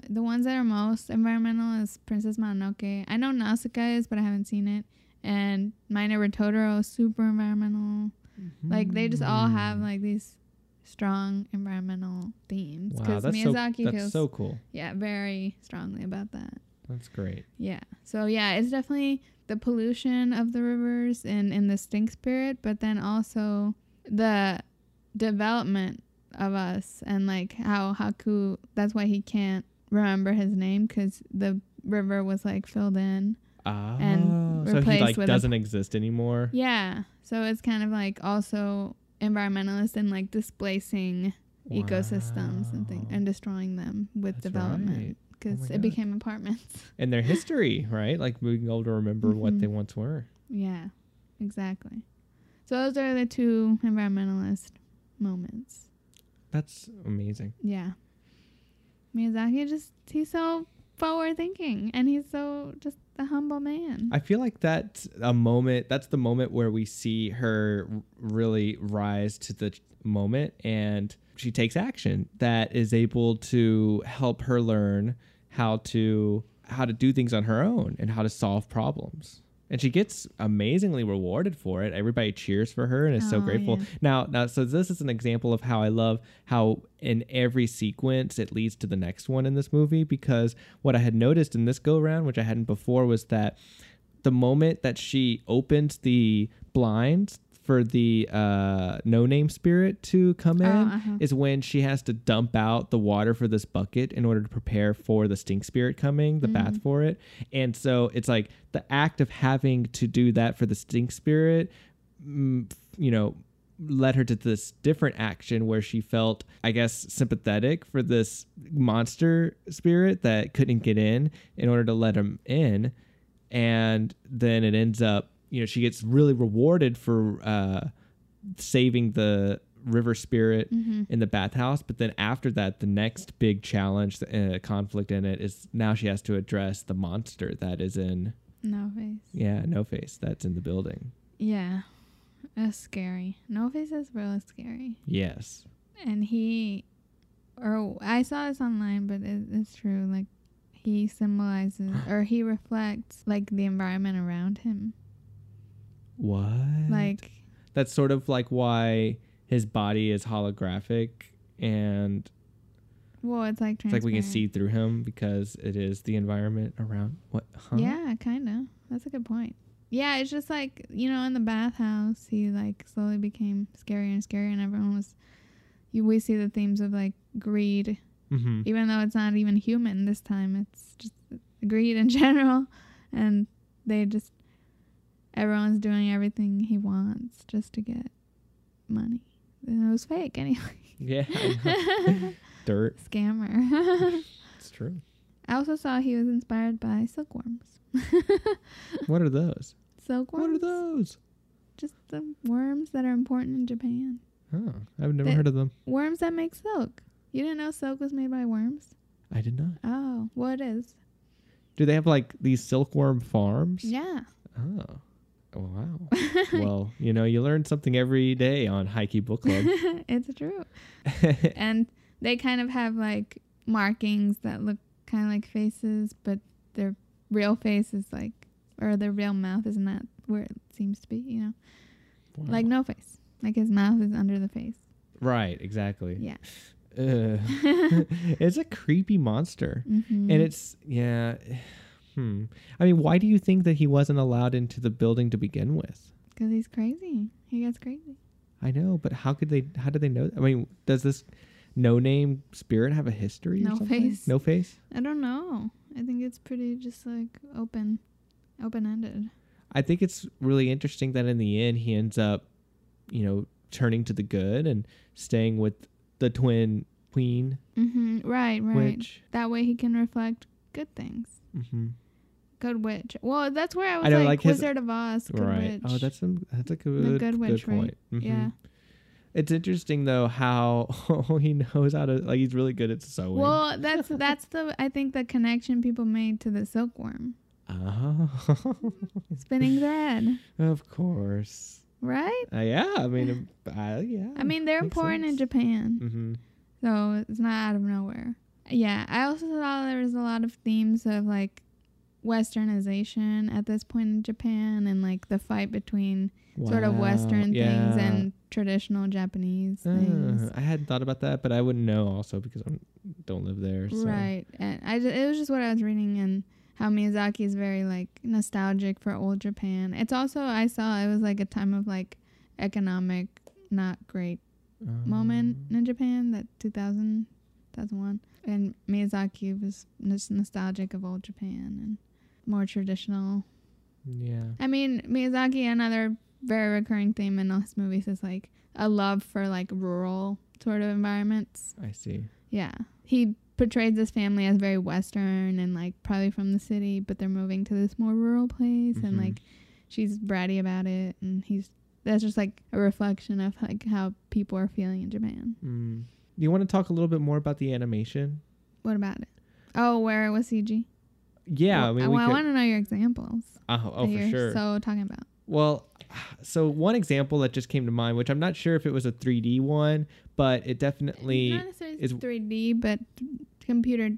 the ones that are most environmental is Princess Mononoke. I know Nausicaa is, but I haven't seen it. and My Neighbor Totoro, super environmental. Like they just all have like these strong environmental themes
Wow,
because
that's so,
Miyazaki
that's
feels
so cool.
yeah very strongly about that.
That's great.
Yeah. So yeah, it's definitely the pollution of the rivers and in the stink spirit, but then also the development of us and like how Haku. That's why he can't remember his name because the river was like filled in.
Ah,
And
so he
replaced
like
with a-
doesn't exist anymore.
Yeah. So it's kind of like also environmentalist and like displacing ecosystems and things
Wow.
and destroying them with
That's right. Oh
development because
my
it
God.
became apartments.
and their history, right? Like being able to remember what
Mhm.
they once were.
Yeah, exactly. So those are the two environmentalist moments.
That's amazing.
Yeah. Miyazaki just he's so forward thinking and he's so just a humble man.
I feel like that's a moment. That's the moment where we see her r- really rise to the moment, and she takes action that is able to help her learn how to how to do things on her own and how to solve problems. And she gets amazingly rewarded for it. Everybody cheers for her and is so
Oh,
grateful.
yeah.
Now, now, so this is an example of how I love how in every sequence it leads to the next one in this movie. Because what I had noticed in this go round, which I hadn't before, was that the moment that she opened the blinds for the uh, no name spirit to come in
uh-huh.
is when she has to dump out the water for this bucket in order to prepare for the stink spirit coming, the bath for it. And so it's like the act of having to do that for the stink spirit, mm, you know, led her to this different action where she felt, I guess, sympathetic for this monster spirit that couldn't get in in order to let him in. And then it ends up, you know, she gets really rewarded for uh, saving the river spirit
Mm-hmm.
in the bathhouse. But then after that, the next big challenge, uh, conflict in it is now she has to address the monster that is in,
No face.
yeah, No Face, that's in the building.
Yeah. That's scary. No face is really scary.
Yes.
And he or I saw this online but it, it's true like he symbolizes or he reflects like the environment around him.
What?
Like
that's sort of like why his body is holographic and
well, it's like
it's like we can
transparent.
see through him because it is the environment around what huh?
Yeah, kind of. That's a good point. Yeah, it's just like, you know, in the bathhouse, he like slowly became scarier and scarier, and everyone was. You, we see the themes of like greed,
hmm
even though it's not even human this time, it's just greed in general. And they just. Everyone's doing everything he wants just to get money. And it was fake anyway.
yeah I know. dirt
Scammer.
it's true
I also saw he was inspired by silkworms.
what are those
silkworms.
what are those
just the worms that are important in Japan.
oh i've never
They-
heard of them
Worms that make silk. You didn't know silk was made by worms?
i did not
Oh, well it is.
do they have like these silkworm farms
Yeah.
oh Oh, wow well you know you learn something every day on hikey book club
it's true. and they kind of have like markings that look kind of like faces, but their real face is like, or their real mouth is not where it seems to be, you know? Like
Wow.
no face. Like his mouth is under the face.
right exactly
Yeah.
Ugh. it's a creepy monster.
Mhm.
And it's yeah. Hmm. I mean, why do you think that he wasn't allowed into the building to begin with?
Because he's crazy. He gets crazy.
I know, but how could they how do they know? I mean, does this no name spirit have a history or
No
something?
face.
No face?
I don't know. I think it's pretty just like open, open ended.
I think it's really interesting that in the end he ends up, you know, turning to the good and staying with the twin queen
Mm-hmm. Right, right.
witch.
That way he can reflect good things.
Mm-hmm.
Good witch. Well, that's where I was
I know,
like,
like his-
Wizard of Oz. Good
right.
witch.
Oh, that's a, that's a good,
good
good,
witch, right?
point. Mhm.
yeah.
It's interesting though how he knows how to like he's really good at sewing.
Well, that's that's the I think the connection people made to the silkworm
oh,
spinning thread,
of course.
right?
Uh, yeah, I mean, uh, yeah.
I mean, they're
Makes
important in
sense.
Japan,
hmm
so it's not out of nowhere. Yeah, I also saw there was a lot of themes of like westernization at this point in Japan and like the fight between sort of
Wow,
western
yeah.
things and traditional Japanese
Uh,
things.
I hadn't thought about that, but I wouldn't know also because I don't live there. So.
Right. And I ju- it was just what I was reading and how Miyazaki is very like nostalgic for old Japan. It's also I saw it was like a time of like economic not great
Um,
moment in Japan that 2000 2001 and Miyazaki was just nostalgic of old Japan and more traditional
Yeah.
I mean, Miyazaki, another very recurring theme in all his movies is like a love for like rural sort of environments.
I see.
Yeah. He portrays this family as very Western and like probably from the city, but they're moving to this more rural place and
Mhm.
like she's bratty about it and he's that's just like a reflection of like how people are feeling in Japan.
Mm. Do you want to talk a little bit more about the animation?
What about it? Oh, where it was CG?
Yeah, I
Well, oh,
mean,
I,
we could,
want to know your examples.
oh, oh,
that
for
you're
sure.
So talking about.
Well, so one example that just came to mind, which I'm not sure if it was a 3D one, but it definitely.
Not necessarily
is-
3D, but computer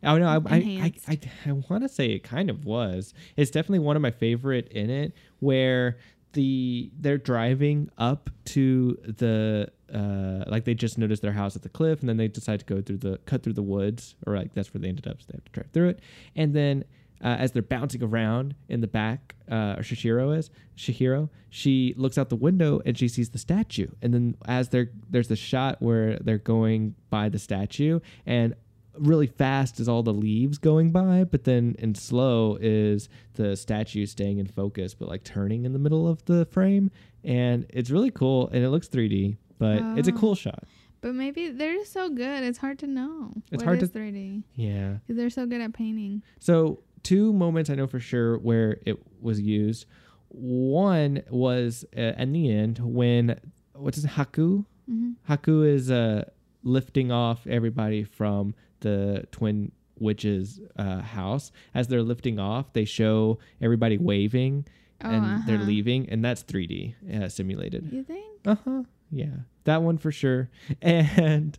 Oh no, I I, I,
enhanced.
I, I want to say it kind of was. It's definitely one of my favorite in it, where the they're driving up to the uh like they just noticed their house at the cliff, and then they decide to go through the cut through the woods, or like that's where they ended up, so they have to drive through it, and then. Uh, as they're bouncing around in the back, uh, or Shihiro is Shihiro. She looks out the window and she sees the statue. And then as they're there's the shot where they're going by the statue, and really fast is all the leaves going by, but then in slow is the statue staying in focus, but like turning in the middle of the frame. And it's really cool and it looks 3D, but it's a
Oh.
cool shot.
But maybe they're just so good. It's hard to know.
It's
what
hard
is
to-
3D
Yeah.
because they're so good at painting.
So, two moments I know for sure where it was used. One was uh, in the end when, what's his Haku?
Mhm.
Haku is uh, lifting off everybody from the twin witches' uh, house. As they're lifting off, they show everybody waving
Oh,
and they're
uh-huh.
leaving, and that's 3D uh, simulated.
You think?
Uh huh. Yeah, that one for sure. And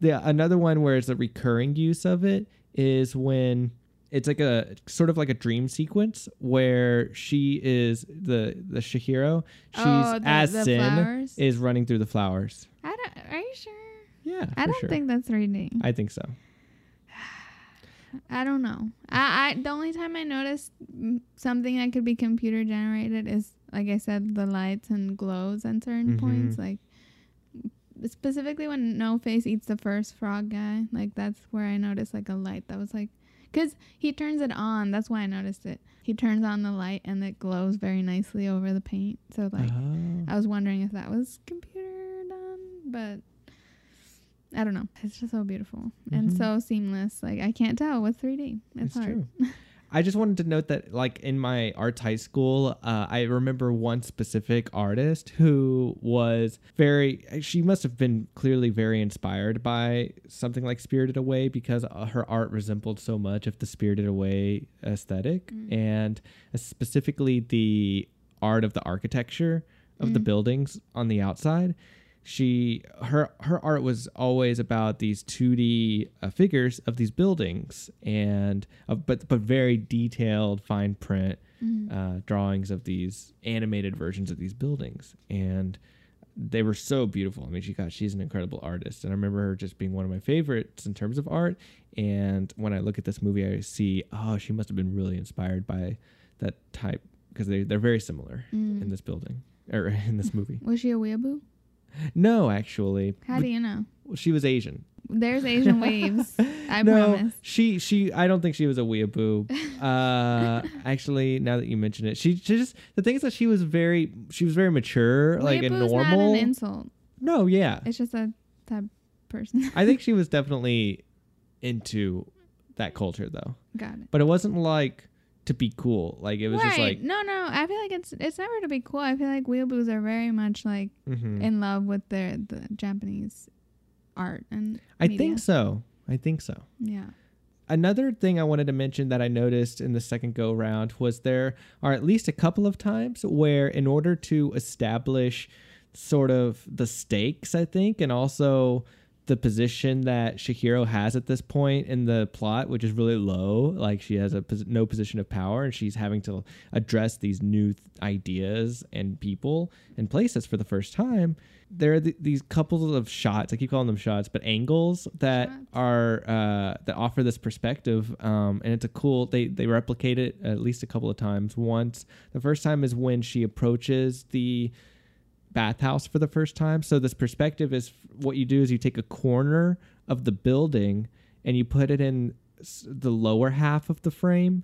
the another one where it's a recurring use of it is when it's like a sort of like a dream sequence where she is the the Shihiro. She's
Oh, the-
as
the
Sin
flowers?
is running through the flowers.
I don't. Are you sure?
Yeah,
I
for
don't
sure.
think that's 3D.
I think so.
I don't know. I, I the only time I noticed mm, something that could be computer generated is like I said, the lights and glows at certain
Mhm.
points. Like specifically when No Face eats the first frog guy, like that's where I noticed like a light that was like, because he turns it on. That's why I noticed it. He turns on the light and it glows very nicely over the paint. So like I was wondering if that was computer done, but I don't know. It's just so beautiful and
Mhm.
so seamless. Like I can't tell what's 3D. It's, hard.
True. I just wanted to note that, like in my arts high school, uh, I remember one specific artist who was very. She must have been clearly very inspired by something like Spirited Away because uh, her art resembled so much of the Spirited Away aesthetic,
Mm.
and uh, specifically the art of the architecture of
Mm.
the buildings on the outside she her her art was always about these 2D uh, figures of these buildings and uh, but but very detailed fine print uh, drawings of these animated versions of these buildings and they were so beautiful. I mean, she got she's an incredible artist, and I remember her just being one of my favorites in terms of art. And when I look at this movie, I see oh, she must have been really inspired by that type because they they're very similar
Mm-hmm.
in this building or in this movie.
Mm. Was she a weeaboo?
No, actually,
How do you know?
Well, she was Asian.
There's Asian waves. I
no,
promise.
she she. I don't think she was a weeaboo. Uh, actually, now that you mention it, she, she just the thing is that she was very she was very mature, like and
Weeaboo's
normal.
not an insult.
no, yeah,
It's just a type of person.
I think she was definitely into that culture though,
Got it.
but it wasn't like to be cool. Like it was
right.
just like
no, no. I feel like it's it's never to be cool. I feel like weeaboos are very much like
mhm.
in love with their the Japanese art and
I
media.
think so. I think so.
yeah.
another thing I wanted to mention that I noticed in the second go round was there are at least a couple of times where, in order to establish sort of the stakes, I think, and also the position that Shihiro has at this point in the plot, which is really low. Like she has a pos- no position of power, and she's having to address these new th- ideas and people and places for the first time. There are th- these couples of shots. I keep calling them shots, but angles that
Shots.
are uh, that offer this perspective, um, and it's a cool. They they replicate it at least a couple of times. Once the first time is when she approaches the bathhouse for the first time. So this perspective is what you do is you take a corner of the building and you put it in s- the lower half of the frame,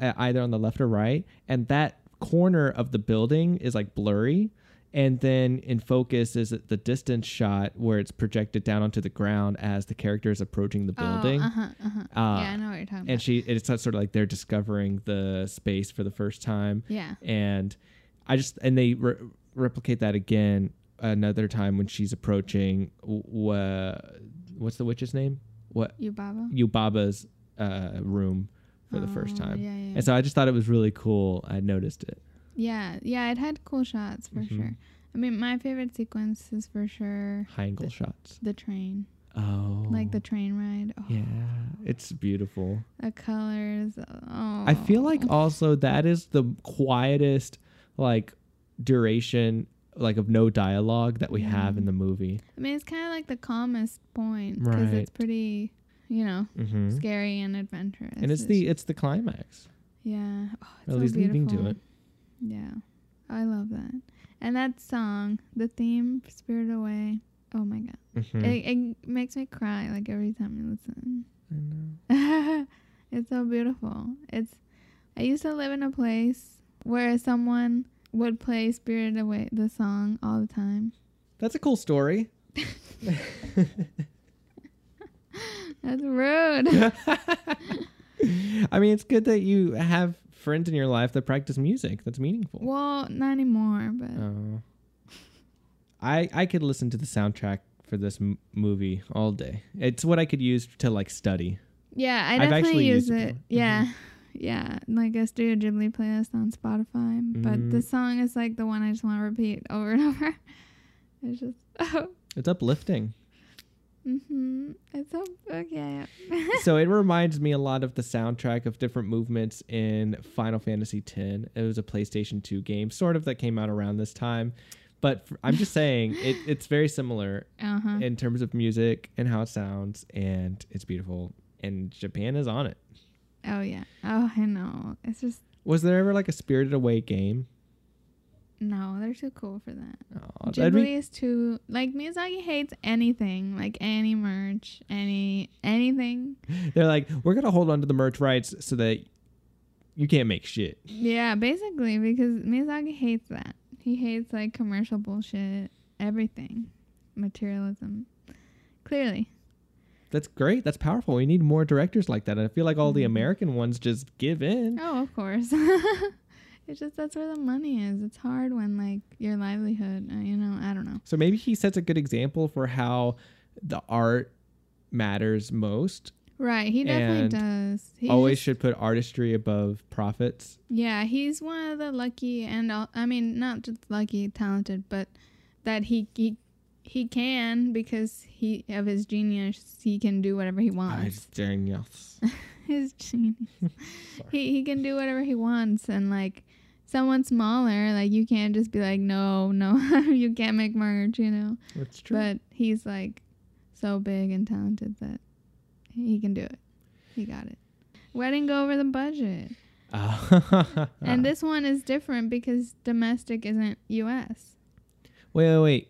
uh, either on the left or right, and that corner of the building is like blurry. And then in focus is the distance shot where it's projected down onto the ground as the character is approaching the building.
Oh, uh-huh, uh-huh.
Uh,
yeah, I know what you're talking
And
about.
she, it's sort of like they're discovering the space for the first time
yeah.
and I just and they re- replicate that again another time when she's approaching wha what's the witch's name? What
Yubaba.
Yubaba's uh, room for the first
Oh,
time.
yeah, yeah.
And so I just thought it was really cool. I noticed it.
Yeah, yeah, it had cool shots for
Mhm.
sure. I mean, my favorite sequence is for sure
High angle shots.
the train,
Oh,
like the train ride. Oh,
yeah, it's beautiful.
The colors. Oh,
I feel like also that is the quietest like duration like of no dialogue that we have
Mm.
in the movie.
I mean, it's kind of like the calmest point because it's
Right.
pretty, you know,
Mm-hmm.
scary and adventurous.
And it's the it's the climax.
yeah. Oh, it's
Or
so
at least
beautiful.
leading to it.
Yeah, I love that. And that song, the theme, "Spirit Away." Oh my god,
Mhm.
it, it makes me cry like every time I listen.
I know.
it's so beautiful. It's I used to live in a place where someone would play Spirited Away the song all the time.
That's a cool story.
That's rude.
I mean, it's good that you have friends in your life that practice music. That's meaningful.
well, not anymore, but
Oh. I I could listen to the soundtrack for this m- movie all day. It's what I could use to like study.
yeah, I
I've
definitely
actually
use
used
it.
it before. Mm-hmm.
Yeah. Yeah, like a Studio Ghibli playlist on Spotify, but
Mhm.
the song is like the one I just want to repeat over and over. It's just oh,
It's uplifting.
mhm. It's so okay.
so it reminds me a lot of the soundtrack of different movements in Final Fantasy X. It was a PlayStation 2 game, sort of that came out around this time. But f I'm just saying, it, it's very similar
Uh huh.
in terms of music and how it sounds, and it's beautiful. And Japan is on it.
Oh yeah. Oh, I know. It's just
Was there ever like a Spirited Away game?
No, they're too cool for that.
Oh, that'd
Ghibli
be-
is too like Miyazaki hates anything, like any merch, any anything.
they're like, we're gonna hold on to the merch rights so that you can't make shit.
Yeah, basically because Miyazaki hates that. He hates like commercial bullshit, everything, materialism. Clearly,
That's great. That's powerful. We need more directors like that. And I feel like all the
Mhm.
American ones just give in.
oh, of course. it's just that's where the money is. It's hard when like your livelihood. Uh, you know, I don't know.
So maybe he sets a good example for how the art matters most.
Right? He definitely does. He
Always
just-
should put artistry above profits.
Yeah, he's one of the lucky and all, I mean not just lucky, talented, but that he he he can because he of his genius he can do whatever he
I
wants.
just dang yes.
his genius. he he can do whatever he wants and like someone smaller like you can't just be like no no you can't make merch you know
That's true.
but he's like so big and talented that he can do it he got it wedding go over the budget
Ah.
and this one is different because domestic isn't U.S.
wait, wait, wait.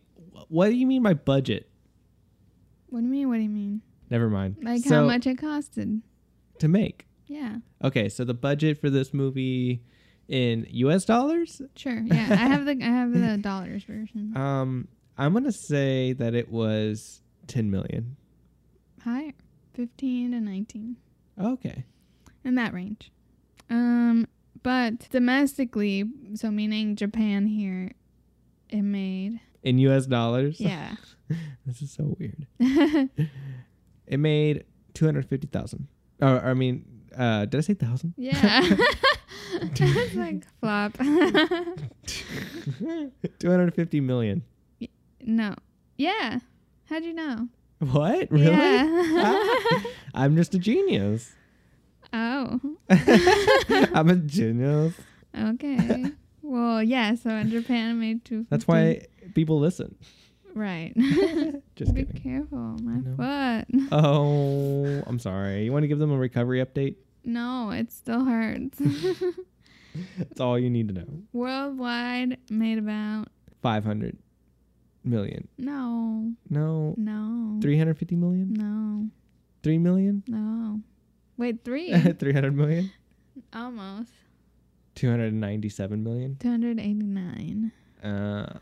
What do you mean by budget?
What do you mean? What do you mean?
Never mind.
Like how
So,
much it costed?
to make?
Yeah,
Okay, so the budget for this movie in U.S. dollars.
sure. Yeah, I have the I have the dollars version.
Um, I'm gonna say that it was 10 million.
Higher, fifteen to nineteen
Okay.
in that range. Um, but domestically, so meaning Japan here, it made
In U.S. dollars.
yeah.
this is so weird.
yeah,
It made two hundred fifty thousand. Or I mean, uh, did I say thousand?
it's like flop.
two hundred fifty million.
no, yeah. How'd you know?
What? Really?
Yeah.
I'm just a genius. Ah.
oh.
I'm a genius.
Okay. well, yeah. So in Japan, I made two.
That's why
Mm-hmm.
people listen.
Right.
Just
Be
kidding.
careful,
know.
my foot.
Oh, I'm sorry. You want to give them a recovery update?
No, it still hurts.
That's all you need to know.
Worldwide made about
500 million.
no,
No,
no,
350 million?
no,
3 million?
no. Wait, three
300 million?
almost
297 million?
two hundred eighty nine.
Uh,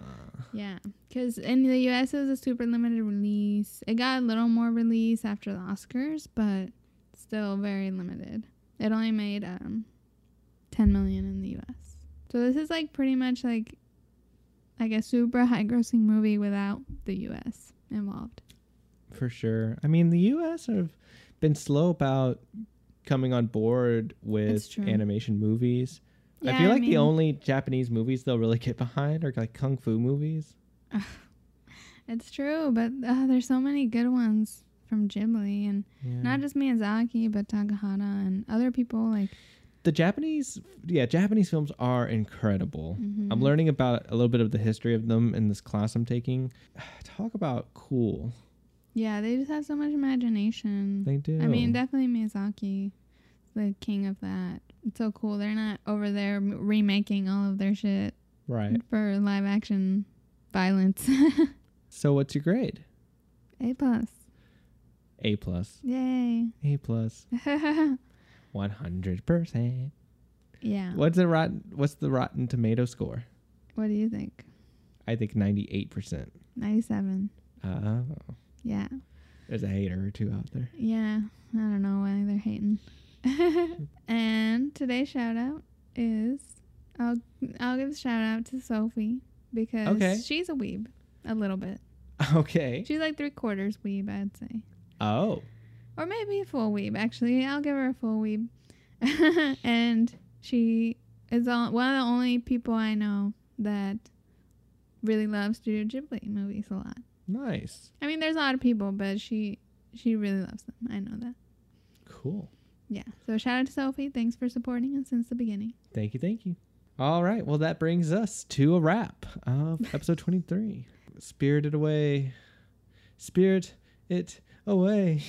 Yeah, because in the U.S. it was a super limited release. It got a little more release after the Oscars, but still very limited. It only made um, 10 million in the U.S. So this is like pretty much like like a super high-grossing movie without the U.S. involved.
for sure. I mean, the U.S. have been slow about coming on board
It's
with
true.
animation movies. I
Yeah,
feel
I
like the
mean-
only Japanese movies they'll really get behind are like kung fu movies.
It's true, but uh, there's so many good ones from Ghibli and
Yeah.
not just Miyazaki, but Takahata and other people like.
the Japanese, yeah, Japanese films are incredible.
mm-hmm.
I'm learning about a little bit of the history of them in this class I'm taking. Talk about cool.
Yeah, they just have so much imagination.
They do.
I mean, definitely Miyazaki, the king of that. It's so cool. They're not over there m- remaking all of their shit
right.
for live action violence.
So, what's your grade?
A plus.
A plus.
Yay.
A plus. One hundred percent.
yeah.
What's the rotten? What's the Rotten Tomato score?
What do you think?
I think ninety-eight percent.
97.
Uh,
Yeah.
there's a hater or two out there.
Yeah. I don't know why they're hating. and today's shout out is I'll I'll give a shout out to Sophie because
Okay.
she's a weeb a little bit.
Okay.
She's like three quarters weeb, I'd say.
Oh,
or maybe a full weeb actually i'll give her a full weeb and she is all, one of the only people i know that really loves studio ghibli movies a lot
nice.
i mean there's a lot of people but she she really loves them i know that
Cool.
yeah so shout out to sophie thanks for supporting us since the beginning
Thank you, thank you. All right, well that brings us to a wrap of episode 23. Spirited away. Spirit it away.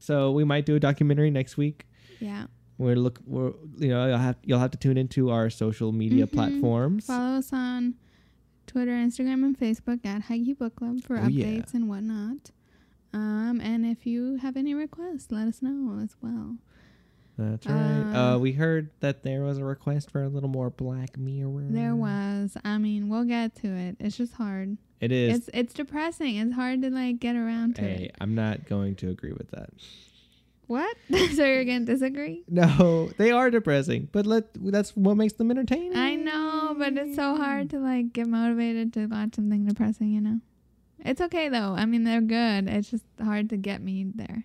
so we might do a documentary next week.
yeah
We're look we're you know, you'll have you'll have to tune into our social media
Mhm.
platforms.
follow us on twitter instagram and facebook at haiku book club for
Oh, yeah.
updates and whatnot um, and if you have any requests let us know as well
That's right. Uh,
Uh,
we heard that there was a request for a little more Black Mirror.
There was. I mean, we'll get to it. It's just hard.
It is.
It's it's depressing. It's hard to like get around to
Hey,
it.
I'm not going to agree with that.
What? so you're gonna disagree?
No, they are depressing, but let that's what makes them entertaining.
I know, but it's so hard to like get motivated to watch something depressing. You know, it's okay though. I mean, they're good. It's just hard to get me there.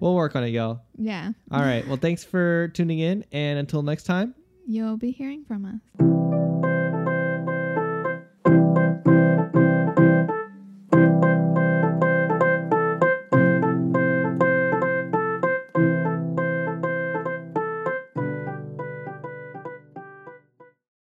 We'll work on it, y'all.
Yeah,
All right. Well, thanks for tuning in. And until next time,
you'll be hearing from us.